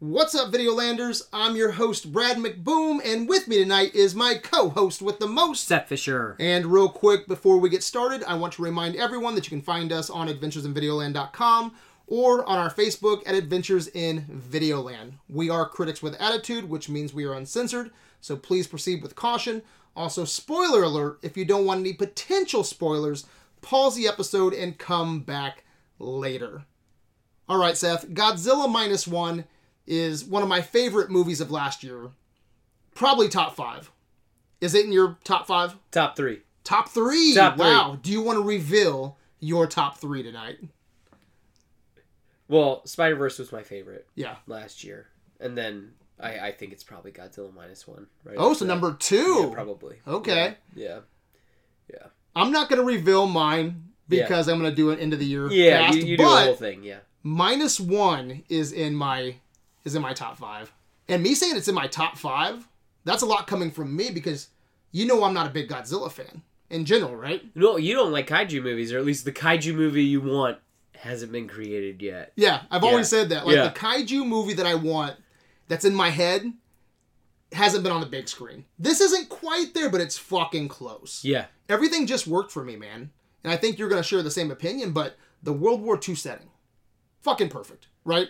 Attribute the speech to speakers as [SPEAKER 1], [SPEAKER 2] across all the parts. [SPEAKER 1] What's up, Videolanders? I'm your host, Brad McBoom, and with me tonight is my co host with the most,
[SPEAKER 2] Seth Fisher.
[SPEAKER 1] And real quick, before we get started, I want to remind everyone that you can find us on adventuresinvideoland.com or on our Facebook at Adventures in Videoland. We are critics with attitude, which means we are uncensored, so please proceed with caution. Also, spoiler alert if you don't want any potential spoilers, pause the episode and come back later. All right, Seth, Godzilla Minus One is one of my favorite movies of last year. Probably top five. Is it in your top five?
[SPEAKER 2] Top three.
[SPEAKER 1] Top three.
[SPEAKER 2] Top three.
[SPEAKER 1] wow. Do you want to reveal your top three tonight?
[SPEAKER 2] Well, Spider Verse was my favorite
[SPEAKER 1] Yeah.
[SPEAKER 2] last year, and then I, I think it's probably Godzilla minus one. Right.
[SPEAKER 1] Oh,
[SPEAKER 2] after
[SPEAKER 1] so
[SPEAKER 2] that.
[SPEAKER 1] number
[SPEAKER 2] Yeah,
[SPEAKER 1] two.
[SPEAKER 2] probably.
[SPEAKER 1] Okay.
[SPEAKER 2] Yeah.
[SPEAKER 1] I'm not gonna reveal mine
[SPEAKER 2] Yeah.
[SPEAKER 1] because I'm gonna do an end of the year.
[SPEAKER 2] Yeah.
[SPEAKER 1] cast,
[SPEAKER 2] you you do the
[SPEAKER 1] but
[SPEAKER 2] whole thing. Yeah.
[SPEAKER 1] minus one is in my is in my top five. And me saying it's in my top five, that's a lot coming from me because you know I'm not a big Godzilla fan in general, right?
[SPEAKER 2] No, you don't like kaiju movies, or at least the kaiju movie you want hasn't been created yet.
[SPEAKER 1] Yeah, I've
[SPEAKER 2] Yeah.
[SPEAKER 1] always said that. Like
[SPEAKER 2] Yeah.
[SPEAKER 1] the kaiju movie that I want, that's in my head, hasn't been on the big screen. This isn't quite there, but it's fucking close.
[SPEAKER 2] Yeah.
[SPEAKER 1] Everything just worked for me, man. And I think you're gonna share the same opinion. But the World War II setting, fucking perfect, right?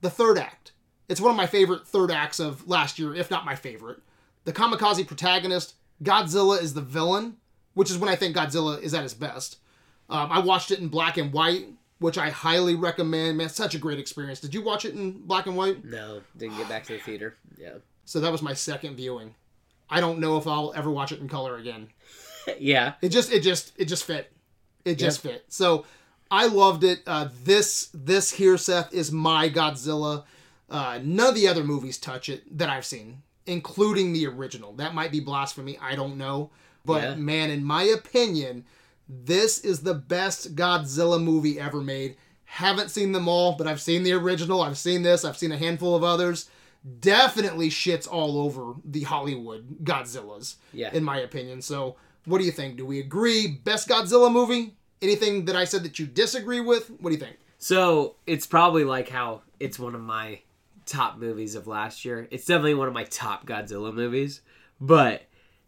[SPEAKER 1] The third act, it's one of my favorite third acts of last year, if not my favorite. The kamikaze protagonist, Godzilla is the villain, which is when I think Godzilla is at his best. Um, I watched it in black and white, which I highly recommend. Man, such a great experience. Did you watch it in black and white?
[SPEAKER 2] No, didn't get back to the theater. Yeah.
[SPEAKER 1] So that was my second viewing. I don't know if I'll ever watch it in color again.
[SPEAKER 2] yeah.
[SPEAKER 1] It just it just it just fit. It just fit. So I loved it. Uh, this this here Seth is my Godzilla. Uh, none of the other movies touch it that I've seen, including the original. That might be blasphemy. I don't know. But
[SPEAKER 2] Yeah.
[SPEAKER 1] man, in my opinion, this is the best Godzilla movie ever made. Haven't seen them all, but I've seen the original. I've seen this. I've seen a handful of others. Definitely shits all over the Hollywood Godzillas
[SPEAKER 2] Yeah.
[SPEAKER 1] in my opinion. So, what do you think? Do we agree? Best Godzilla movie? Anything that I said that you disagree with? What do you think?
[SPEAKER 2] So it's probably like how it's one of my top movies of last year. It's definitely one of my top Godzilla movies, but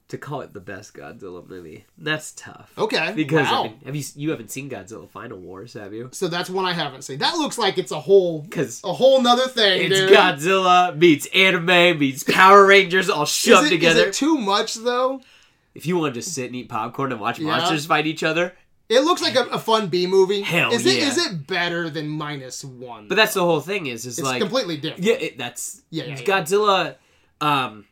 [SPEAKER 2] to call it the best Godzilla movie, that's tough.
[SPEAKER 1] Okay.
[SPEAKER 2] Because I
[SPEAKER 1] Oh, wow.
[SPEAKER 2] mean, have you you haven't seen Godzilla Final Wars, have you?
[SPEAKER 1] so that's one I haven't seen. That looks like it's a whole
[SPEAKER 2] Because
[SPEAKER 1] a whole nother thing.
[SPEAKER 2] it's
[SPEAKER 1] dude.
[SPEAKER 2] Godzilla meets anime meets Power Rangers all
[SPEAKER 1] Is
[SPEAKER 2] shoved
[SPEAKER 1] it, is
[SPEAKER 2] together.
[SPEAKER 1] it too much though?
[SPEAKER 2] if you want to just sit and eat popcorn and watch
[SPEAKER 1] Yeah.
[SPEAKER 2] monsters fight each other,
[SPEAKER 1] It looks like a, a fun B movie.
[SPEAKER 2] Hell
[SPEAKER 1] is it
[SPEAKER 2] yeah.
[SPEAKER 1] is it better than minus one?
[SPEAKER 2] but that's the whole thing. Is is
[SPEAKER 1] it's
[SPEAKER 2] like
[SPEAKER 1] completely different.
[SPEAKER 2] yeah, it, that's
[SPEAKER 1] Yeah, yeah, yeah.
[SPEAKER 2] Godzilla. Um,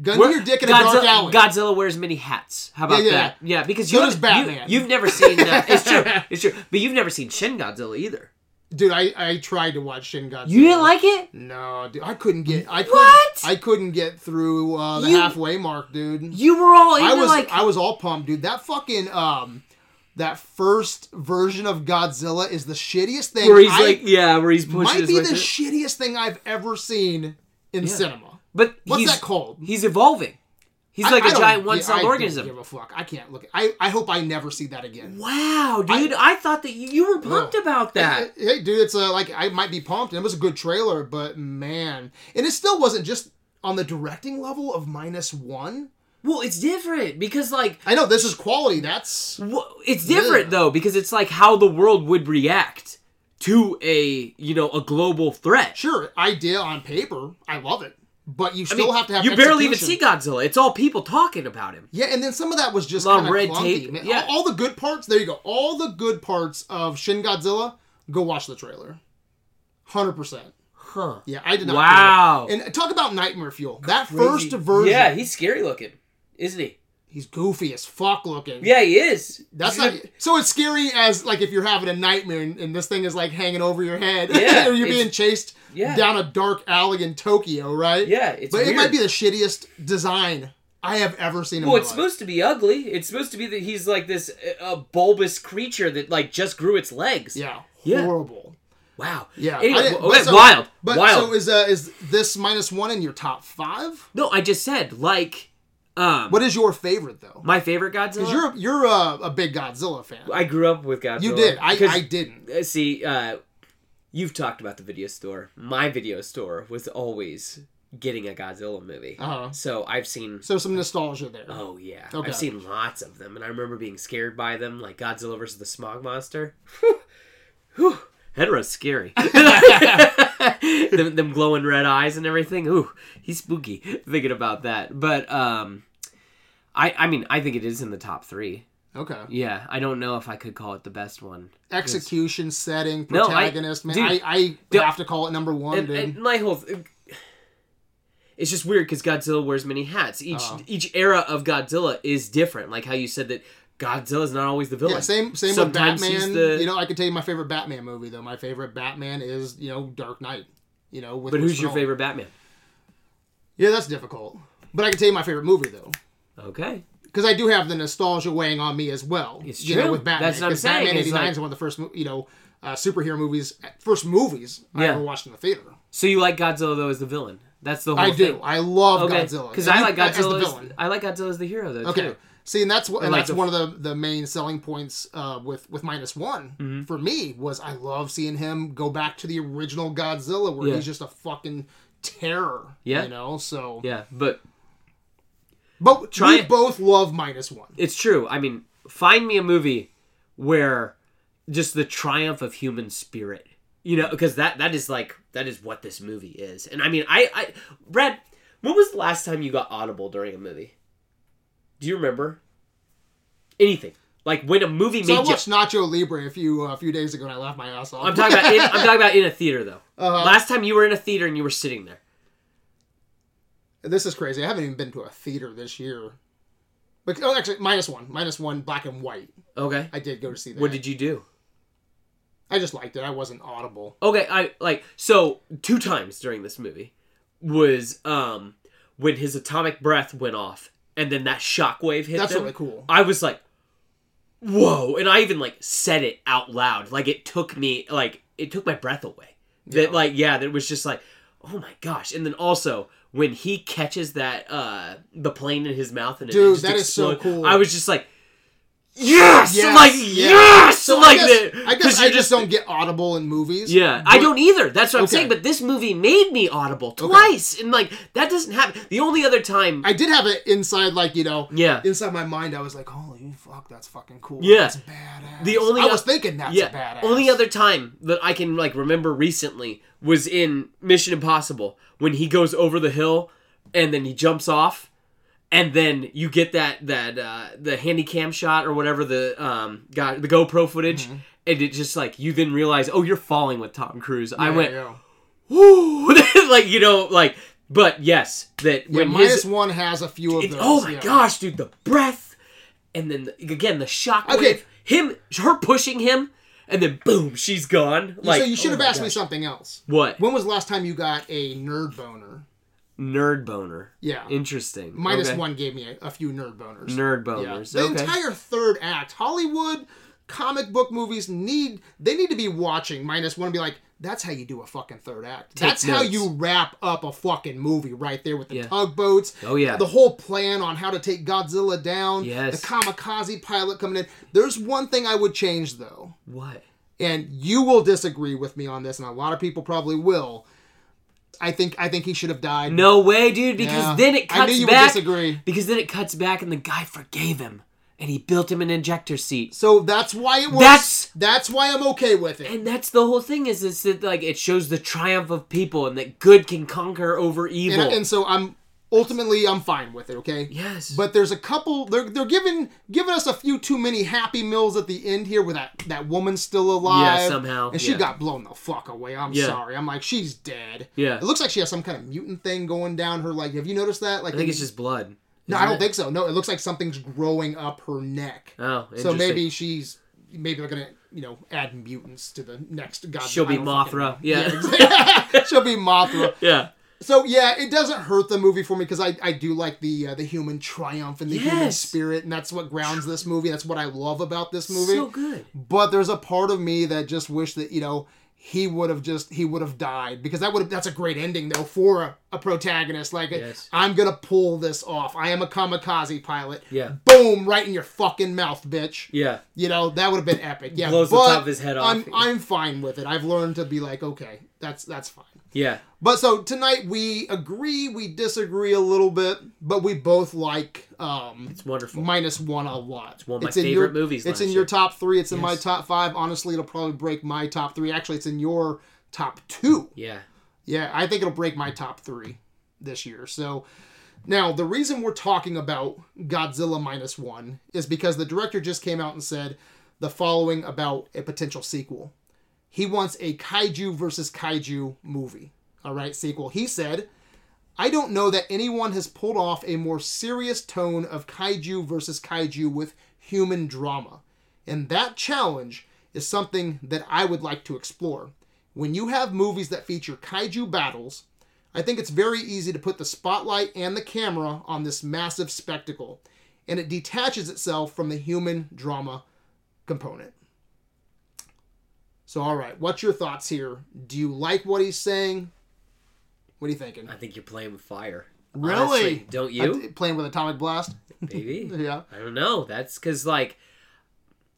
[SPEAKER 1] Gun
[SPEAKER 2] We're-
[SPEAKER 1] your dick in a
[SPEAKER 2] Godzi-
[SPEAKER 1] dark alley.
[SPEAKER 2] Godzilla wears many hats. How about
[SPEAKER 1] Yeah, yeah,
[SPEAKER 2] that? Yeah, because
[SPEAKER 1] So
[SPEAKER 2] you,
[SPEAKER 1] does Batman.
[SPEAKER 2] you have never seen that. it's true. It's true. But you've never seen Shin Godzilla either.
[SPEAKER 1] Dude, I, I tried to watch Shin Godzilla.
[SPEAKER 2] You didn't like it?
[SPEAKER 1] No, dude, I couldn't get I couldn't,
[SPEAKER 2] What?
[SPEAKER 1] I couldn't get through uh, the
[SPEAKER 2] You-
[SPEAKER 1] halfway mark, dude.
[SPEAKER 2] You were all into
[SPEAKER 1] I was
[SPEAKER 2] like
[SPEAKER 1] I was all pumped, dude. That fucking um that first version of Godzilla is the shittiest thing.
[SPEAKER 2] where he's
[SPEAKER 1] I-
[SPEAKER 2] like yeah, where he's pushing
[SPEAKER 1] might
[SPEAKER 2] his
[SPEAKER 1] be
[SPEAKER 2] way
[SPEAKER 1] the
[SPEAKER 2] through.
[SPEAKER 1] shittiest thing I've ever seen in
[SPEAKER 2] Yeah.
[SPEAKER 1] cinema.
[SPEAKER 2] But
[SPEAKER 1] What's
[SPEAKER 2] he's
[SPEAKER 1] that called?
[SPEAKER 2] he's evolving. He's like
[SPEAKER 1] a
[SPEAKER 2] a giant one
[SPEAKER 1] cell
[SPEAKER 2] celled organism.
[SPEAKER 1] Give a fuck. I can't look. At, I I hope I never see that again.
[SPEAKER 2] Wow, dude! I, thought that you, you were pumped
[SPEAKER 1] No.
[SPEAKER 2] about that.
[SPEAKER 1] Hey, hey, dude, it's uh, like I might be pumped. and It was a good trailer, but man, and it still wasn't just on the directing level of minus one.
[SPEAKER 2] Well, it's different because like
[SPEAKER 1] I know this is quality. That's
[SPEAKER 2] Wha- it's different
[SPEAKER 1] Yeah.
[SPEAKER 2] though because it's like how the world would react to a you know a global threat.
[SPEAKER 1] sure idea on paper. I love it, but you
[SPEAKER 2] I
[SPEAKER 1] still
[SPEAKER 2] mean,
[SPEAKER 1] have to have.
[SPEAKER 2] you barely even
[SPEAKER 1] execution.
[SPEAKER 2] see Godzilla. It's all people talking about him.
[SPEAKER 1] Yeah, and then some of that was just
[SPEAKER 2] A lot of
[SPEAKER 1] kind of
[SPEAKER 2] red
[SPEAKER 1] clunky.
[SPEAKER 2] tape,
[SPEAKER 1] man.
[SPEAKER 2] yeah.
[SPEAKER 1] All, all the good parts. There you go. All the good parts of Shin Godzilla. Go watch the trailer. Hundred percent.
[SPEAKER 2] Huh.
[SPEAKER 1] Yeah, I did not.
[SPEAKER 2] Wow.
[SPEAKER 1] care. And talk about nightmare fuel. That
[SPEAKER 2] Crazy.
[SPEAKER 1] first version.
[SPEAKER 2] Yeah, he's scary looking, isn't he?
[SPEAKER 1] He's goofy as fuck looking.
[SPEAKER 2] Yeah, he is.
[SPEAKER 1] That's
[SPEAKER 2] He's
[SPEAKER 1] not so. It's scary as like if you're having a nightmare and, and this thing is like hanging over your head,
[SPEAKER 2] Yeah,
[SPEAKER 1] or you're
[SPEAKER 2] it's-
[SPEAKER 1] being chased
[SPEAKER 2] Yeah.
[SPEAKER 1] down a dark alley in Tokyo, right?
[SPEAKER 2] Yeah, it's
[SPEAKER 1] but it
[SPEAKER 2] weird.
[SPEAKER 1] might be the shittiest design I have ever seen. in
[SPEAKER 2] Well,
[SPEAKER 1] my
[SPEAKER 2] it's
[SPEAKER 1] life.
[SPEAKER 2] supposed to be ugly. It's supposed to be that he's like this uh, bulbous creature that like just grew its legs.
[SPEAKER 1] yeah,
[SPEAKER 2] Yeah.
[SPEAKER 1] horrible.
[SPEAKER 2] Wow.
[SPEAKER 1] Yeah, I
[SPEAKER 2] Anyway,
[SPEAKER 1] didn't-
[SPEAKER 2] w-
[SPEAKER 1] but so-
[SPEAKER 2] wild.
[SPEAKER 1] But
[SPEAKER 2] wild.
[SPEAKER 1] so is uh, is this minus one in your top five?
[SPEAKER 2] no, I just said like, um,
[SPEAKER 1] What is your favorite though?
[SPEAKER 2] my favorite Godzilla.
[SPEAKER 1] Because you're you're a, a big Godzilla fan.
[SPEAKER 2] I grew up with Godzilla.
[SPEAKER 1] You did. I,
[SPEAKER 2] Because-
[SPEAKER 1] I didn't.
[SPEAKER 2] Uh, see uh you've talked about the video store. My video store was always getting a Godzilla movie.
[SPEAKER 1] Uh-huh.
[SPEAKER 2] So I've seen.
[SPEAKER 1] So some nostalgia there.
[SPEAKER 2] Oh yeah,
[SPEAKER 1] Okay.
[SPEAKER 2] I've seen lots of them, and I remember being scared by them, like Godzilla versus the Smog Monster. Whew. That was scary. them, them glowing red eyes and everything. Ooh, he's spooky thinking about that. But um, I I mean I think it is in the top three.
[SPEAKER 1] Okay.
[SPEAKER 2] Yeah, I don't know if I could call it the best one.
[SPEAKER 1] Execution, setting,
[SPEAKER 2] No, I-
[SPEAKER 1] protagonist. man,
[SPEAKER 2] dude.
[SPEAKER 1] I, I
[SPEAKER 2] Dude.
[SPEAKER 1] have to call it number one,
[SPEAKER 2] and,
[SPEAKER 1] dude.
[SPEAKER 2] and my whole th- it's just weird because godzilla wears many hats each
[SPEAKER 1] Uh-huh.
[SPEAKER 2] each era of godzilla is different like how you said that godzilla's not always the villain
[SPEAKER 1] yeah, same same
[SPEAKER 2] Sometimes
[SPEAKER 1] with
[SPEAKER 2] he's
[SPEAKER 1] Batman.
[SPEAKER 2] the-
[SPEAKER 1] You know, I could tell you my favorite Batman movie though. My favorite Batman is you know Dark Knight. You know, with
[SPEAKER 2] but who's
[SPEAKER 1] Christopher
[SPEAKER 2] your
[SPEAKER 1] Nolan.
[SPEAKER 2] favorite batman
[SPEAKER 1] Yeah, that's difficult. But I can tell you my favorite movie though,
[SPEAKER 2] okay
[SPEAKER 1] because I do have the nostalgia weighing on me as well.
[SPEAKER 2] It's
[SPEAKER 1] you know,
[SPEAKER 2] true.
[SPEAKER 1] with Batman.
[SPEAKER 2] That's what I'm
[SPEAKER 1] 'cause
[SPEAKER 2] saying,
[SPEAKER 1] Batman
[SPEAKER 2] is
[SPEAKER 1] '89
[SPEAKER 2] like-
[SPEAKER 1] is one of the first mo- you know uh, superhero movies, first movies I
[SPEAKER 2] Yeah.
[SPEAKER 1] ever watched in the theater.
[SPEAKER 2] so you like godzilla though as the villain that's the whole
[SPEAKER 1] I
[SPEAKER 2] thing.
[SPEAKER 1] do. I love
[SPEAKER 2] okay
[SPEAKER 1] Godzilla
[SPEAKER 2] because
[SPEAKER 1] And
[SPEAKER 2] i
[SPEAKER 1] you-
[SPEAKER 2] like
[SPEAKER 1] as the
[SPEAKER 2] godzilla as,
[SPEAKER 1] villain.
[SPEAKER 2] i like godzilla as the hero though
[SPEAKER 1] Okay.
[SPEAKER 2] too.
[SPEAKER 1] See, and that's what, and
[SPEAKER 2] like
[SPEAKER 1] that's
[SPEAKER 2] the-
[SPEAKER 1] one of the, the main selling points uh, with with minus one
[SPEAKER 2] Mm-hmm.
[SPEAKER 1] for me was I love seeing him go back to the original Godzilla where
[SPEAKER 2] Yeah.
[SPEAKER 1] he's just a fucking terror.
[SPEAKER 2] Yeah.
[SPEAKER 1] you know. So,
[SPEAKER 2] yeah but
[SPEAKER 1] but
[SPEAKER 2] Try
[SPEAKER 1] we
[SPEAKER 2] it.
[SPEAKER 1] both love minus one.
[SPEAKER 2] it's true i mean find me a movie where just the triumph of human spirit you know because that that is like that is what this movie is and i mean i i brad when was the last time you got audible during a movie do you remember anything like when a movie
[SPEAKER 1] So I
[SPEAKER 2] made you
[SPEAKER 1] watched Nacho Libre a few uh, a few days ago and I laughed my ass off.
[SPEAKER 2] i'm talking about in, i'm talking about in a theater though
[SPEAKER 1] Uh-huh.
[SPEAKER 2] last time you were in a theater and you were sitting there
[SPEAKER 1] this is crazy. I haven't even been to a theater this year. But oh, actually, minus one, minus one, black and white.
[SPEAKER 2] okay
[SPEAKER 1] I did go to see that.
[SPEAKER 2] what did you do
[SPEAKER 1] I just liked it. I wasn't audible.
[SPEAKER 2] Okay, I like so two times during this movie was um when his atomic breath went off and then that shockwave hit
[SPEAKER 1] That's
[SPEAKER 2] them.
[SPEAKER 1] really cool.
[SPEAKER 2] I was like whoa, and I even like said it out loud. Like it took me like it took my breath away.
[SPEAKER 1] Yeah.
[SPEAKER 2] That like yeah, that was just like oh my gosh. And then also when he catches that uh the plane in his mouth and it
[SPEAKER 1] Dude,
[SPEAKER 2] just
[SPEAKER 1] that is so
[SPEAKER 2] explodes,
[SPEAKER 1] cool.
[SPEAKER 2] I was just like Yes!
[SPEAKER 1] Yes,
[SPEAKER 2] like
[SPEAKER 1] yeah.
[SPEAKER 2] yes!
[SPEAKER 1] So
[SPEAKER 2] like
[SPEAKER 1] I guess,
[SPEAKER 2] that-
[SPEAKER 1] I,
[SPEAKER 2] 'cause
[SPEAKER 1] guess I
[SPEAKER 2] you're
[SPEAKER 1] just, don't get audible in movies.
[SPEAKER 2] yeah, I
[SPEAKER 1] but-
[SPEAKER 2] don't either. That's what I'm
[SPEAKER 1] Okay.
[SPEAKER 2] saying. But this movie made me audible twice, and like that doesn't happen. The only other time,
[SPEAKER 1] I did have it inside, like you know,
[SPEAKER 2] yeah,
[SPEAKER 1] inside my mind. I was like, "Holy fuck, that's fucking cool.
[SPEAKER 2] Yeah.
[SPEAKER 1] that's badass."
[SPEAKER 2] The only
[SPEAKER 1] I
[SPEAKER 2] o-
[SPEAKER 1] was thinking that's
[SPEAKER 2] yeah.
[SPEAKER 1] badass.
[SPEAKER 2] Only other time that I can like remember recently was in Mission Impossible when he goes over the hill and then he jumps off, and then you get that that uh, the handy cam shot or whatever the um got the GoPro footage.
[SPEAKER 1] Mm-hmm.
[SPEAKER 2] And it just like you then realize, oh, you're falling with Tom Cruise. I
[SPEAKER 1] Yeah,
[SPEAKER 2] went,
[SPEAKER 1] yeah.
[SPEAKER 2] whoo, like you know, like. But yes, that
[SPEAKER 1] Yeah,
[SPEAKER 2] when his,
[SPEAKER 1] minus one has a few of
[SPEAKER 2] It's-
[SPEAKER 1] those.
[SPEAKER 2] oh my
[SPEAKER 1] yeah.
[SPEAKER 2] gosh, dude, the breath, and then the, again the shockwave.
[SPEAKER 1] Okay.
[SPEAKER 2] Him, her pushing him, and then boom, she's gone. Like
[SPEAKER 1] so you should
[SPEAKER 2] oh
[SPEAKER 1] have
[SPEAKER 2] my
[SPEAKER 1] asked me
[SPEAKER 2] gosh.
[SPEAKER 1] something else.
[SPEAKER 2] What
[SPEAKER 1] When was the last time you got a nerd boner?
[SPEAKER 2] nerd boner?
[SPEAKER 1] Yeah,
[SPEAKER 2] Interesting.
[SPEAKER 1] Minus
[SPEAKER 2] Okay.
[SPEAKER 1] one gave me a, a few nerd boners.
[SPEAKER 2] nerd
[SPEAKER 1] Yeah.
[SPEAKER 2] boners.
[SPEAKER 1] The
[SPEAKER 2] okay.
[SPEAKER 1] entire third act, Hollywood comic book movies need they need to be watching minus one and be like, that's how you do a fucking third act. that's how
[SPEAKER 2] notes.
[SPEAKER 1] you wrap up a fucking movie right there with the
[SPEAKER 2] Yeah.
[SPEAKER 1] tugboats.
[SPEAKER 2] Oh, yeah.
[SPEAKER 1] The whole plan on how to take Godzilla down.
[SPEAKER 2] Yes.
[SPEAKER 1] The kamikaze pilot coming in. There's one thing I would change though,
[SPEAKER 2] what?
[SPEAKER 1] and you will disagree with me on this, and a lot of people probably will. I think I think he should have died.
[SPEAKER 2] No way, dude. Because
[SPEAKER 1] Yeah.
[SPEAKER 2] then it
[SPEAKER 1] I
[SPEAKER 2] cuts
[SPEAKER 1] knew you would
[SPEAKER 2] back.
[SPEAKER 1] disagree.
[SPEAKER 2] Because then it cuts back, and the guy forgave him, and he built him an injector seat.
[SPEAKER 1] So that's why it works.
[SPEAKER 2] That's-
[SPEAKER 1] that's why I'm okay with it.
[SPEAKER 2] and that's the whole thing is is that like it shows the triumph of people and that good can conquer over evil.
[SPEAKER 1] and, and so I'm ultimately I'm fine with it. Okay.
[SPEAKER 2] yes.
[SPEAKER 1] But there's a couple. They're they're giving giving us a few too many happy meals at the end here, where that that woman's still alive.
[SPEAKER 2] Yeah, somehow,
[SPEAKER 1] And she
[SPEAKER 2] yeah.
[SPEAKER 1] got blown the fuck away. I'm
[SPEAKER 2] Yeah.
[SPEAKER 1] sorry. I'm like she's dead.
[SPEAKER 2] Yeah.
[SPEAKER 1] It looks like she has some kind of mutant thing going down her. Like, have you noticed that? Like,
[SPEAKER 2] I think it's just blood.
[SPEAKER 1] no, I
[SPEAKER 2] isn't
[SPEAKER 1] don't
[SPEAKER 2] it?
[SPEAKER 1] think so. No, it looks like something's growing up her neck.
[SPEAKER 2] Oh,
[SPEAKER 1] so
[SPEAKER 2] interesting.
[SPEAKER 1] maybe she's maybe they're gonna you know add mutants to the next God.
[SPEAKER 2] she'll
[SPEAKER 1] I
[SPEAKER 2] be
[SPEAKER 1] don't fucking know.
[SPEAKER 2] Mothra. Yeah,
[SPEAKER 1] exactly. She'll be Mothra.
[SPEAKER 2] yeah.
[SPEAKER 1] So yeah, it doesn't hurt the movie for me because I, I do like the uh, the human triumph and the human
[SPEAKER 2] Yes.
[SPEAKER 1] spirit, and that's what grounds this movie. That's what I love about this movie.
[SPEAKER 2] So good.
[SPEAKER 1] but there's a part of me that just wish that you know he would have just he would have died because that would have that's a great ending though for a, a protagonist like
[SPEAKER 2] Yes.
[SPEAKER 1] I'm gonna pull this off. I am a kamikaze pilot.
[SPEAKER 2] Yeah.
[SPEAKER 1] Boom! Right in your fucking mouth, bitch.
[SPEAKER 2] Yeah.
[SPEAKER 1] You know that would have been epic. Yeah.
[SPEAKER 2] Blows the
[SPEAKER 1] but
[SPEAKER 2] top of his head off.
[SPEAKER 1] I'm I'm fine with it. I've learned to be like, okay, that's that's fine.
[SPEAKER 2] Yeah.
[SPEAKER 1] But so tonight we agree, we disagree a little bit, but we both like um
[SPEAKER 2] It's wonderful.
[SPEAKER 1] minus one a lot. It's
[SPEAKER 2] one of my
[SPEAKER 1] in
[SPEAKER 2] favorite
[SPEAKER 1] your,
[SPEAKER 2] movies
[SPEAKER 1] It's
[SPEAKER 2] last
[SPEAKER 1] in your
[SPEAKER 2] year.
[SPEAKER 1] top three. It's in my
[SPEAKER 2] Yes.
[SPEAKER 1] top five. Honestly, it'll probably break my top three. Actually, it's in your top two.
[SPEAKER 2] yeah.
[SPEAKER 1] Yeah, I think it'll break my top three this year. So now the reason we're talking about Godzilla minus one is because the director just came out and said the following about a potential sequel. He wants a kaiju versus kaiju movie. All right, sequel. He said, I don't know that anyone has pulled off a more serious tone of kaiju versus kaiju with human drama. And that challenge is something that I would like to explore. When you have movies that feature kaiju battles, I think it's very easy to put the spotlight and the camera on this massive spectacle, and it detaches itself from the human drama component. So, all right, what's your thoughts here? Do you like what he's saying? What are you thinking?
[SPEAKER 2] I think you're playing with fire.
[SPEAKER 1] Really?
[SPEAKER 2] Honestly, don't
[SPEAKER 1] I-
[SPEAKER 2] you?
[SPEAKER 1] playing with Atomic Blast?
[SPEAKER 2] Maybe.
[SPEAKER 1] Yeah.
[SPEAKER 2] I don't know. That's because, like,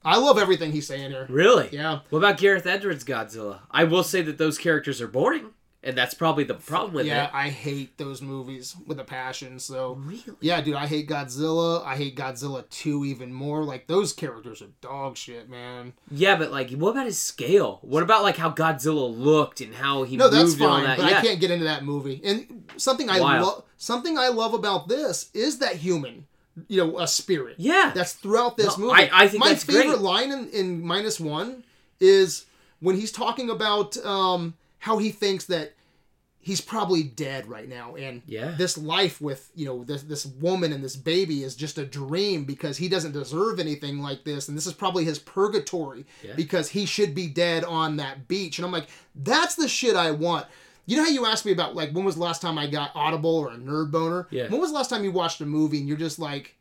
[SPEAKER 1] I love everything he's saying here.
[SPEAKER 2] really?
[SPEAKER 1] Yeah.
[SPEAKER 2] What about Gareth Edwards' Godzilla? I will say that those characters are boring, and that's probably the problem with
[SPEAKER 1] Yeah,
[SPEAKER 2] it.
[SPEAKER 1] I hate those movies with a passion, so.
[SPEAKER 2] Really?
[SPEAKER 1] Yeah, dude, I hate Godzilla. I hate Godzilla 2 even more. Like, those characters are dog shit, man.
[SPEAKER 2] Yeah, but like, what about his scale? What about like how Godzilla looked and how he
[SPEAKER 1] No,
[SPEAKER 2] moved
[SPEAKER 1] that's
[SPEAKER 2] and all
[SPEAKER 1] fine,
[SPEAKER 2] that?
[SPEAKER 1] but
[SPEAKER 2] yeah,
[SPEAKER 1] I can't get into that movie. And something I
[SPEAKER 2] Wild.
[SPEAKER 1] love something I love about this is that human, you know, a spirit.
[SPEAKER 2] yeah,
[SPEAKER 1] That's throughout this
[SPEAKER 2] No,
[SPEAKER 1] movie.
[SPEAKER 2] I- I think
[SPEAKER 1] my
[SPEAKER 2] that's
[SPEAKER 1] favorite
[SPEAKER 2] great.
[SPEAKER 1] line in, in minus one is when he's talking about um, how he thinks that he's probably dead right now, and
[SPEAKER 2] Yeah.
[SPEAKER 1] this life with you know this this woman and this baby is just a dream because he doesn't deserve anything like this, and this is probably his purgatory
[SPEAKER 2] Yeah.
[SPEAKER 1] because he should be dead on that beach. And I'm like, that's the shit I want. You know how you asked me about like when was the last time I got audible or a nerd boner?
[SPEAKER 2] Yeah.
[SPEAKER 1] When was the last time you watched a movie and you're just like,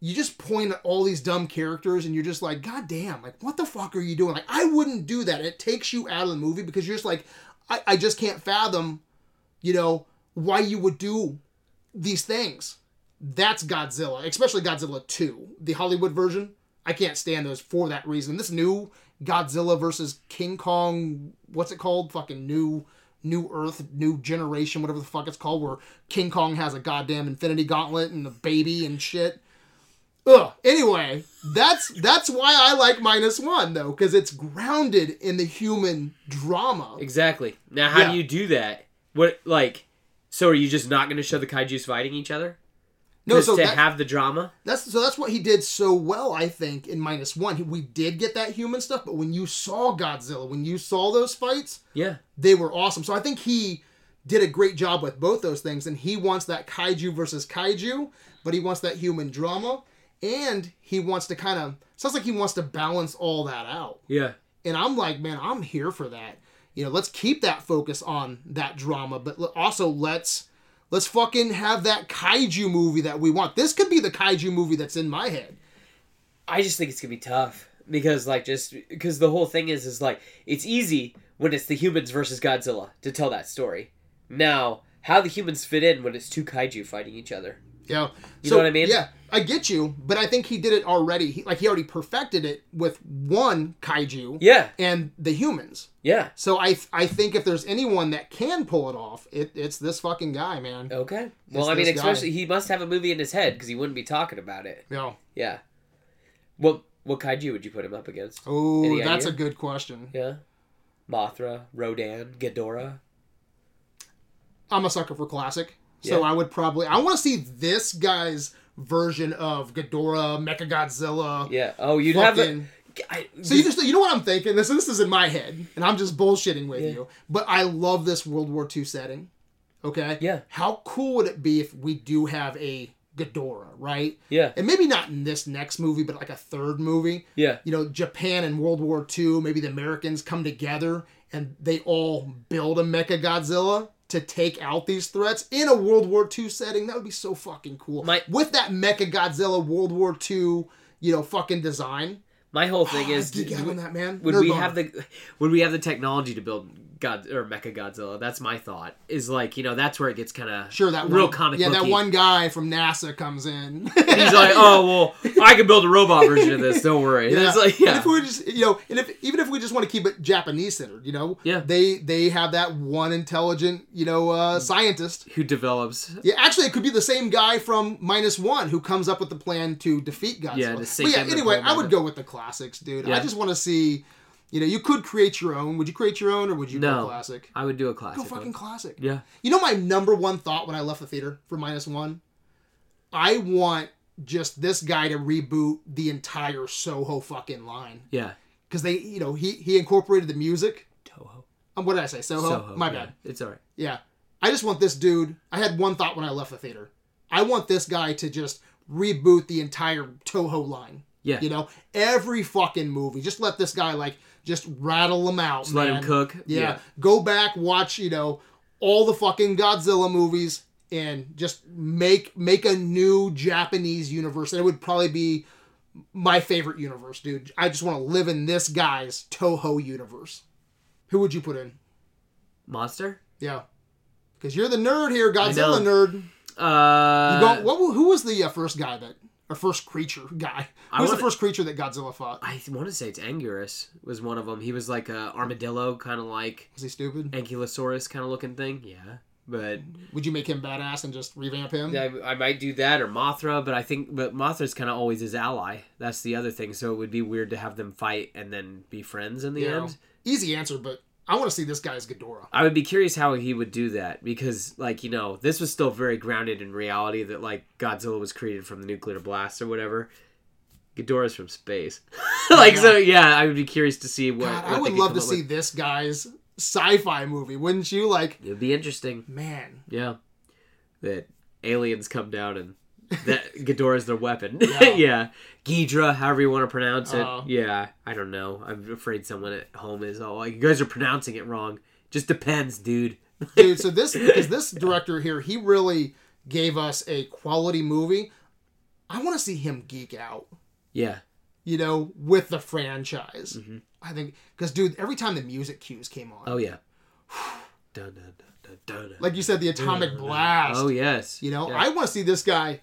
[SPEAKER 1] you just point at all these dumb characters and you're just like, God damn, like, what the fuck are you doing? Like, I wouldn't do that. It takes you out of the movie because you're just like, I, I just can't fathom, you know, why you would do these things. That's Godzilla, especially Godzilla 2, the Hollywood version. I can't stand those for that reason. This new Godzilla versus King Kong, what's it called? Fucking new new earth, new generation, whatever the fuck it's called, where King Kong has a goddamn infinity gauntlet and a baby and shit. Ugh. Anyway, that's that's why I like minus one though, because it's grounded in the human drama.
[SPEAKER 2] exactly. Now, how
[SPEAKER 1] Yeah.
[SPEAKER 2] do you do that? What like? So are you just not going to show the kaiju's fighting each other?
[SPEAKER 1] No,
[SPEAKER 2] Just
[SPEAKER 1] so
[SPEAKER 2] to
[SPEAKER 1] that,
[SPEAKER 2] have the drama.
[SPEAKER 1] That's so that's what he did so well, I think, in minus one. He- We did get that human stuff, but when you saw Godzilla, when you saw those fights,
[SPEAKER 2] Yeah,
[SPEAKER 1] they were awesome. So I think he did a great job with both those things, and he wants that kaiju versus kaiju, but he wants that human drama, and he wants to kind of sounds like he wants to balance all that out.
[SPEAKER 2] yeah,
[SPEAKER 1] And I'm like, man, I'm here for that. You know, let's keep that focus on that drama, but l- also let's let's fucking have that kaiju movie that we want. This could be the kaiju movie that's in my head.
[SPEAKER 2] I just think it's gonna be tough because like just because the whole thing is is like it's easy when it's the humans versus Godzilla to tell that story. Now, how the humans fit in when it's two kaiju fighting each other?
[SPEAKER 1] Yeah.
[SPEAKER 2] You know what I mean?
[SPEAKER 1] Yeah, I get you, but I think he did it already. He, like he already perfected it with one kaiju
[SPEAKER 2] Yeah,
[SPEAKER 1] and the humans.
[SPEAKER 2] yeah.
[SPEAKER 1] So I I think if there's anyone that can pull it off, it, it's this fucking guy, man.
[SPEAKER 2] Okay. Well,
[SPEAKER 1] It's
[SPEAKER 2] I mean,
[SPEAKER 1] this guy.
[SPEAKER 2] especially he must have a movie in his head because he wouldn't be talking about it.
[SPEAKER 1] Yeah.
[SPEAKER 2] Yeah. What what kaiju would you put him up against?
[SPEAKER 1] Oh,
[SPEAKER 2] Any
[SPEAKER 1] that's
[SPEAKER 2] idea?
[SPEAKER 1] a good question.
[SPEAKER 2] Yeah. Mothra, Rodan, Ghidorah.
[SPEAKER 1] I'm a sucker for classic. So
[SPEAKER 2] Yeah.
[SPEAKER 1] I would probably I want to see this guy's version of Ghidorah, Mechagodzilla.
[SPEAKER 2] Yeah. Oh, you'd
[SPEAKER 1] Fucking-
[SPEAKER 2] have. A, I,
[SPEAKER 1] So you just you know what I'm thinking. This this is in my head, and I'm just bullshitting with you. But I love this World War II setting. Okay.
[SPEAKER 2] Yeah.
[SPEAKER 1] How cool would it be if we do have a Ghidorah, right?
[SPEAKER 2] yeah.
[SPEAKER 1] And maybe not in this next movie, but like a third movie.
[SPEAKER 2] Yeah.
[SPEAKER 1] You know, Japan and World War II, maybe the Americans come together and they all build a Mecha Godzilla to take out these threats in a World War II setting. That would be so fucking cool.
[SPEAKER 2] My-
[SPEAKER 1] With that Mecha Godzilla World War II, you know, fucking design.
[SPEAKER 2] My whole thing is
[SPEAKER 1] I'd geek Ah, out on that man.
[SPEAKER 2] would
[SPEAKER 1] Nerd
[SPEAKER 2] we
[SPEAKER 1] boner.
[SPEAKER 2] have the would we have the technology to build God or Mecha Godzilla? That's my thought. Is like you know that's where it gets kind of
[SPEAKER 1] sure that
[SPEAKER 2] real
[SPEAKER 1] one,
[SPEAKER 2] comic
[SPEAKER 1] Yeah, that
[SPEAKER 2] booky.
[SPEAKER 1] one guy from NASA comes in.
[SPEAKER 2] He's like, oh well, I can build a robot version of this. Don't worry.
[SPEAKER 1] Yeah.
[SPEAKER 2] It's like
[SPEAKER 1] And
[SPEAKER 2] yeah,
[SPEAKER 1] if we just, you know, and if even if we just want to keep it Japanese centered, you know,
[SPEAKER 2] Yeah.
[SPEAKER 1] they they have that one intelligent, you know, uh,
[SPEAKER 2] Mm.
[SPEAKER 1] scientist.
[SPEAKER 2] who develops?
[SPEAKER 1] Yeah, actually, it could be the same guy from Minus One who comes up with the plan to defeat Godzilla.
[SPEAKER 2] Yeah, to
[SPEAKER 1] but
[SPEAKER 2] sink
[SPEAKER 1] yeah.
[SPEAKER 2] him and
[SPEAKER 1] Anyway,
[SPEAKER 2] pull him
[SPEAKER 1] I
[SPEAKER 2] out
[SPEAKER 1] would
[SPEAKER 2] of-
[SPEAKER 1] go with the classics, dude. I
[SPEAKER 2] Yeah.
[SPEAKER 1] just want to see, you know, you could create your own. Would you create your own, or would you go
[SPEAKER 2] No.
[SPEAKER 1] classic?
[SPEAKER 2] I would do a
[SPEAKER 1] Go
[SPEAKER 2] classic. one.
[SPEAKER 1] fucking classic.
[SPEAKER 2] yeah,
[SPEAKER 1] You know my number one thought when I left the theater for minus one? I want just this guy to reboot the entire Soho fucking line.
[SPEAKER 2] yeah.
[SPEAKER 1] Because they, you know, he he incorporated the music.
[SPEAKER 2] Toho.
[SPEAKER 1] Um, what did I say? Soho?
[SPEAKER 2] Soho.
[SPEAKER 1] My
[SPEAKER 2] yeah.
[SPEAKER 1] bad.
[SPEAKER 2] It's all right.
[SPEAKER 1] Yeah. I just want this dude. I had one thought when I left the theater. I want this guy to just reboot the entire Toho line.
[SPEAKER 2] Yeah.
[SPEAKER 1] You know, every fucking movie. Just let this guy, like, just rattle them out.
[SPEAKER 2] Just let him
[SPEAKER 1] man.
[SPEAKER 2] cook.
[SPEAKER 1] Yeah. Go back, watch, you know, all the fucking Godzilla movies and just make make a new Japanese universe. And it would probably be my favorite universe, dude. I just want to live in this guy's Toho universe. Who would you put in?
[SPEAKER 2] Monster.
[SPEAKER 1] Yeah. Cuz you're the nerd here, Godzilla
[SPEAKER 2] know.
[SPEAKER 1] nerd. You
[SPEAKER 2] Uh,
[SPEAKER 1] don't- what who was the uh, first guy that or first creature guy?
[SPEAKER 2] I
[SPEAKER 1] Who was the
[SPEAKER 2] wanna-
[SPEAKER 1] first creature that Godzilla fought?
[SPEAKER 2] I want to say it's Anguirus was one of them. He was like a armadillo, kind of like
[SPEAKER 1] Was he stupid?
[SPEAKER 2] Ankylosaurus kind of looking thing. Yeah, but
[SPEAKER 1] Would you make him badass and just revamp him?
[SPEAKER 2] I, I might do that or Mothra. But I think, but Mothra's kind of always his ally. That's the other thing. So it would be weird to have them fight and then be friends in the
[SPEAKER 1] You know?
[SPEAKER 2] end.
[SPEAKER 1] Easy answer, but I want to see this guy's Ghidorah.
[SPEAKER 2] I would be curious how he would do that because, like, you know, this was still very grounded in reality that, like, Godzilla was created from the nuclear blast or whatever. Ghidorah's from space. like, so, yeah, I would be curious to see what.
[SPEAKER 1] God,
[SPEAKER 2] what
[SPEAKER 1] I
[SPEAKER 2] they
[SPEAKER 1] would
[SPEAKER 2] could
[SPEAKER 1] love
[SPEAKER 2] come
[SPEAKER 1] to
[SPEAKER 2] up
[SPEAKER 1] see
[SPEAKER 2] with.
[SPEAKER 1] this guy's sci-fi movie, wouldn't you? Like,
[SPEAKER 2] It would be interesting.
[SPEAKER 1] man,
[SPEAKER 2] Yeah. That aliens come down and that Ghidorah's their weapon.
[SPEAKER 1] Yeah.
[SPEAKER 2] Yeah. Ghidra, however you want to pronounce it.
[SPEAKER 1] Uh-huh.
[SPEAKER 2] yeah. I don't know. I'm afraid someone at home is all like, you guys are pronouncing it wrong. Just depends, dude.
[SPEAKER 1] dude. So this because this director here, he really gave us a quality movie. I want to see him geek out,
[SPEAKER 2] Yeah.
[SPEAKER 1] you know, with the franchise. I think because, dude, every time the music cues came on,
[SPEAKER 2] Mm-hmm. Oh, yeah. dun, dun, dun, dun, dun.
[SPEAKER 1] like you said, the atomic blast.
[SPEAKER 2] Oh, yes.
[SPEAKER 1] You know,
[SPEAKER 2] Yeah.
[SPEAKER 1] I want to see this guy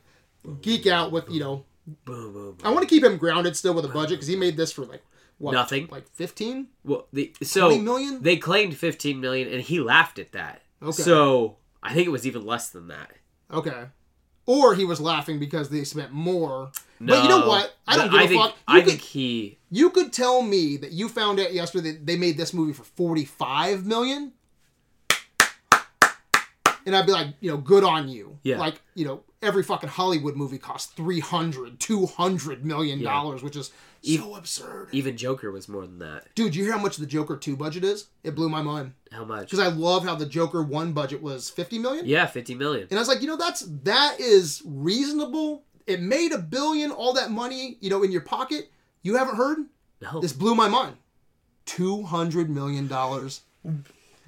[SPEAKER 1] geek out with you know.
[SPEAKER 2] Boom, boom, boom.
[SPEAKER 1] I want to keep him grounded still with a budget because he made this for like what
[SPEAKER 2] Nothing.
[SPEAKER 1] like fifteen.
[SPEAKER 2] Well, the, so
[SPEAKER 1] 20 million?
[SPEAKER 2] they claimed 15 million and he laughed at that.
[SPEAKER 1] Okay.
[SPEAKER 2] So I think it was even less than that.
[SPEAKER 1] Okay. Or he was laughing because they spent more. but you know
[SPEAKER 2] No.
[SPEAKER 1] what? I don't
[SPEAKER 2] But
[SPEAKER 1] give a
[SPEAKER 2] think,
[SPEAKER 1] fuck. You,
[SPEAKER 2] I
[SPEAKER 1] could,
[SPEAKER 2] think he
[SPEAKER 1] you could tell me that you found out yesterday that they made this movie for forty-five million, and I'd be like, you know, good on you.
[SPEAKER 2] Yeah.
[SPEAKER 1] Like, you know, every fucking Hollywood movie costs 300, 200 million dollars, which is
[SPEAKER 2] E-
[SPEAKER 1] so absurd.
[SPEAKER 2] Even Joker was more than that.
[SPEAKER 1] Dude, you hear how much the Joker two budget is? It blew my mind
[SPEAKER 2] How much?
[SPEAKER 1] because I love how the Joker one budget was fifty million.
[SPEAKER 2] Yeah, fifty million.
[SPEAKER 1] And I was like, you know, that's that is reasonable. It made a billion, all that money, you know, in your pocket. You haven't heard?
[SPEAKER 2] No.
[SPEAKER 1] This blew my mind. Two hundred million dollars.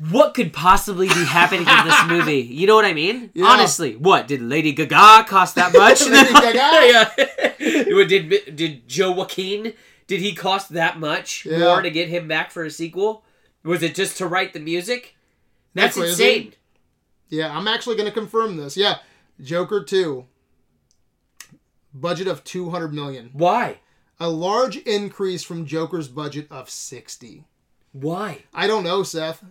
[SPEAKER 2] What could possibly be happening in this movie? You know what I mean?
[SPEAKER 1] Yeah.
[SPEAKER 2] Honestly, what did Lady Gaga cost that much?
[SPEAKER 1] Lady Gaga?
[SPEAKER 2] Yeah. What, did did Joe Joaquin? Did he cost that much
[SPEAKER 1] Yeah.
[SPEAKER 2] more to get him back for a sequel? Was it just to write the music? That's
[SPEAKER 1] Crazy.
[SPEAKER 2] insane.
[SPEAKER 1] Yeah, I'm actually gonna confirm this. Yeah. Joker two. Budget of two hundred million.
[SPEAKER 2] Why?
[SPEAKER 1] A large increase from Joker's budget of sixty.
[SPEAKER 2] Why?
[SPEAKER 1] I don't know, Seth.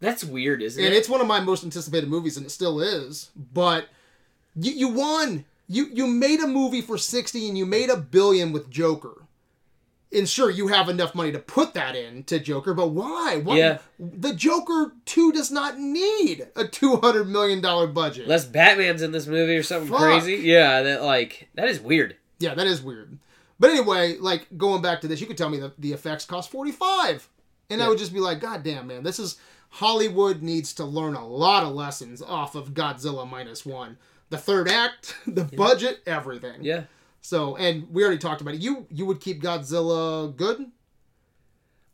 [SPEAKER 2] That's weird, isn't
[SPEAKER 1] and
[SPEAKER 2] it?
[SPEAKER 1] it's one of my most anticipated movies, and it still is. But you, you won. You you made a movie for sixty, and you made a billion with Joker. And sure, you have enough money to put that in to Joker, but why? Why?
[SPEAKER 2] Yeah.
[SPEAKER 1] The Joker two does not need a two hundred million dollar budget.
[SPEAKER 2] Unless Batman's in this movie or something
[SPEAKER 1] Fuck.
[SPEAKER 2] crazy. Yeah, that like that is weird.
[SPEAKER 1] yeah, that is weird. But anyway, like going back to this, you could tell me that the effects cost forty five, and I
[SPEAKER 2] Yeah.
[SPEAKER 1] would just be like, God damn, man, this is Hollywood needs to learn a lot of lessons off of Godzilla minus one. The third act, the budget, everything.
[SPEAKER 2] Yeah.
[SPEAKER 1] So, and we already talked about it. You you would keep Godzilla good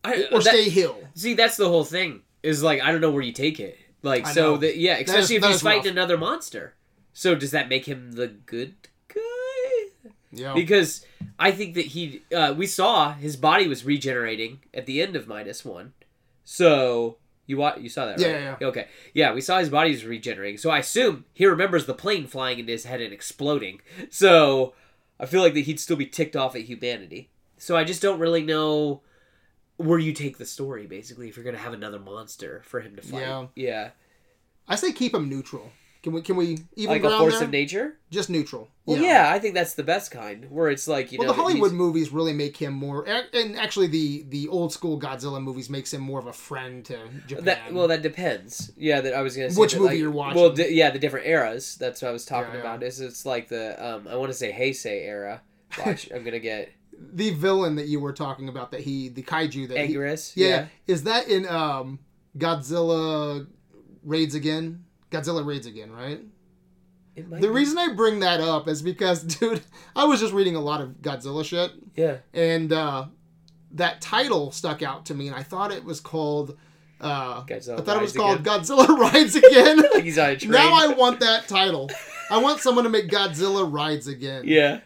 [SPEAKER 2] I,
[SPEAKER 1] or
[SPEAKER 2] that-
[SPEAKER 1] stay Hill.
[SPEAKER 2] See, that's the whole thing. Is like I don't know where you take it. Like
[SPEAKER 1] I know.
[SPEAKER 2] so, that yeah,
[SPEAKER 1] is-
[SPEAKER 2] especially
[SPEAKER 1] that
[SPEAKER 2] if
[SPEAKER 1] is
[SPEAKER 2] he's fighting
[SPEAKER 1] rough.
[SPEAKER 2] another monster. So does that make him the good guy?
[SPEAKER 1] Yeah.
[SPEAKER 2] because I think that he uh, we saw his body was regenerating at the end of minus one, so you wa- you saw that right?
[SPEAKER 1] Yeah, yeah,
[SPEAKER 2] okay yeah we saw his body was regenerating so I assume he remembers the plane flying into his head and exploding so I feel like that he'd still be ticked off at humanity so I just don't really know where you take the story basically if you're gonna have another monster for him to fight
[SPEAKER 1] Yeah.
[SPEAKER 2] yeah
[SPEAKER 1] I say keep him neutral. Can we can we even
[SPEAKER 2] like a
[SPEAKER 1] ground
[SPEAKER 2] force
[SPEAKER 1] there?
[SPEAKER 2] of nature
[SPEAKER 1] Just neutral.
[SPEAKER 2] well yeah. I think that's the best kind where it's like you
[SPEAKER 1] Well,
[SPEAKER 2] know
[SPEAKER 1] the Hollywood
[SPEAKER 2] he's-
[SPEAKER 1] movies really make him more, and actually the the old school Godzilla movies makes him more of a friend to Japan.
[SPEAKER 2] That well, that depends. Yeah, that I was gonna say
[SPEAKER 1] Which
[SPEAKER 2] that,
[SPEAKER 1] movie
[SPEAKER 2] like-
[SPEAKER 1] you're watching.
[SPEAKER 2] Well, di- yeah, the different eras. That's what I was talking
[SPEAKER 1] Yeah, yeah.
[SPEAKER 2] about. Is it's like the um, I want to say Heisei era. Watch, I'm gonna get
[SPEAKER 1] the villain that you were talking about, that he, the kaiju that, he,
[SPEAKER 2] Anguirus.
[SPEAKER 1] yeah, is that in um Godzilla raids again? Godzilla raids again, right?
[SPEAKER 2] It might
[SPEAKER 1] The
[SPEAKER 2] be-
[SPEAKER 1] reason I bring that up is because, dude, I was just reading a lot of Godzilla shit,
[SPEAKER 2] Yeah.
[SPEAKER 1] and uh, that title stuck out to me, and I thought it was called. Uh,
[SPEAKER 2] Godzilla
[SPEAKER 1] I thought it was
[SPEAKER 2] Rise
[SPEAKER 1] called
[SPEAKER 2] again.
[SPEAKER 1] Godzilla Rides Again.
[SPEAKER 2] Like he's on a train.
[SPEAKER 1] Now I want that title. I want someone to make Godzilla rides again.
[SPEAKER 2] Yeah.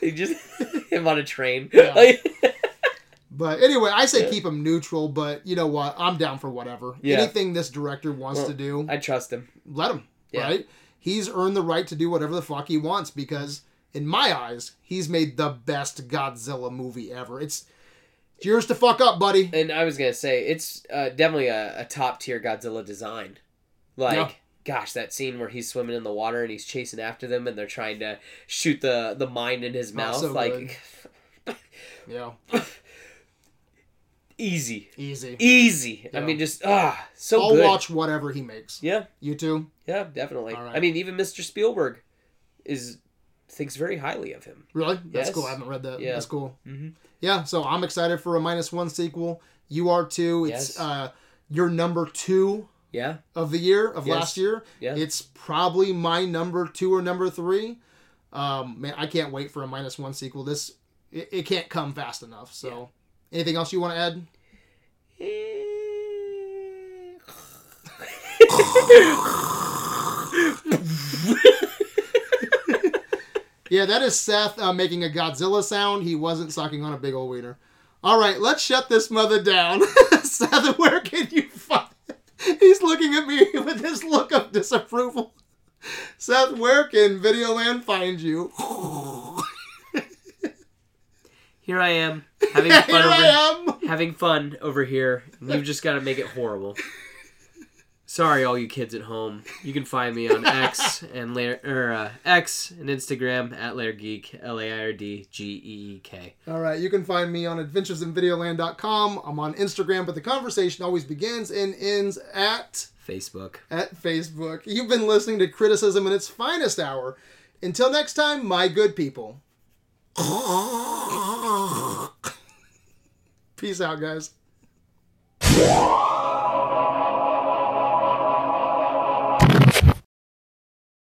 [SPEAKER 2] He just him on a train.
[SPEAKER 1] Yeah.
[SPEAKER 2] Like-
[SPEAKER 1] But anyway, I say
[SPEAKER 2] Yeah.
[SPEAKER 1] keep him neutral. But you know what? I'm down for whatever.
[SPEAKER 2] Yeah.
[SPEAKER 1] Anything this director wants
[SPEAKER 2] Well,
[SPEAKER 1] to do,
[SPEAKER 2] I trust him.
[SPEAKER 1] let him.
[SPEAKER 2] Yeah.
[SPEAKER 1] Right? He's earned the right to do whatever the fuck he wants because, in my eyes, he's made the best Godzilla movie ever. It's it's yours to fuck up, buddy.
[SPEAKER 2] And I was gonna say it's uh, definitely a, a top tier Godzilla design. Like,
[SPEAKER 1] Yeah.
[SPEAKER 2] gosh, that scene where he's swimming in the water and he's chasing after them, and they're trying to shoot the the mine in his mouth.
[SPEAKER 1] Oh, so
[SPEAKER 2] like,
[SPEAKER 1] good. Yeah,
[SPEAKER 2] easy,
[SPEAKER 1] easy.
[SPEAKER 2] easy. I
[SPEAKER 1] Yeah.
[SPEAKER 2] mean, just ah, so
[SPEAKER 1] I'll
[SPEAKER 2] good.
[SPEAKER 1] watch whatever he makes.
[SPEAKER 2] Yeah,
[SPEAKER 1] You too.
[SPEAKER 2] yeah, definitely.
[SPEAKER 1] All right.
[SPEAKER 2] I mean, even Mr. Spielberg is thinks very highly of him.
[SPEAKER 1] Really? That's
[SPEAKER 2] Yes.
[SPEAKER 1] cool. I haven't read that.
[SPEAKER 2] Yeah.
[SPEAKER 1] That's cool.
[SPEAKER 2] Mhm.
[SPEAKER 1] Yeah. So I'm excited for a minus one sequel. You are too. It's
[SPEAKER 2] Yes.
[SPEAKER 1] uh, your number two
[SPEAKER 2] Yeah,
[SPEAKER 1] of the year of
[SPEAKER 2] Yes.
[SPEAKER 1] last year.
[SPEAKER 2] Yeah.
[SPEAKER 1] It's probably my number two or number three. Um, man, I can't wait for a minus one sequel. This it, it can't come fast enough. So, anything else you want to add? Yeah, that is Seth uh, making a Godzilla sound. He wasn't sucking on a big old wiener. All right, let's shut this mother down. Seth, where can you find? He's looking at me with this look of disapproval. Seth, where can Videoland find you?
[SPEAKER 2] Here I am having
[SPEAKER 1] Here
[SPEAKER 2] fun over
[SPEAKER 1] I am.
[SPEAKER 2] having fun over here. and You've just got to make it horrible. Sorry, all you kids at home. You can find me on X and Lair, or, uh, X and Instagram at Lair Geek L A I R D G E E K.
[SPEAKER 1] All right, you can find me on adventuresinvideoland.com. I'm on Instagram, but the conversation always begins and ends at
[SPEAKER 2] Facebook.
[SPEAKER 1] at Facebook. You've been listening to Criticism in its finest hour. Until next time, my good people. Peace out, guys.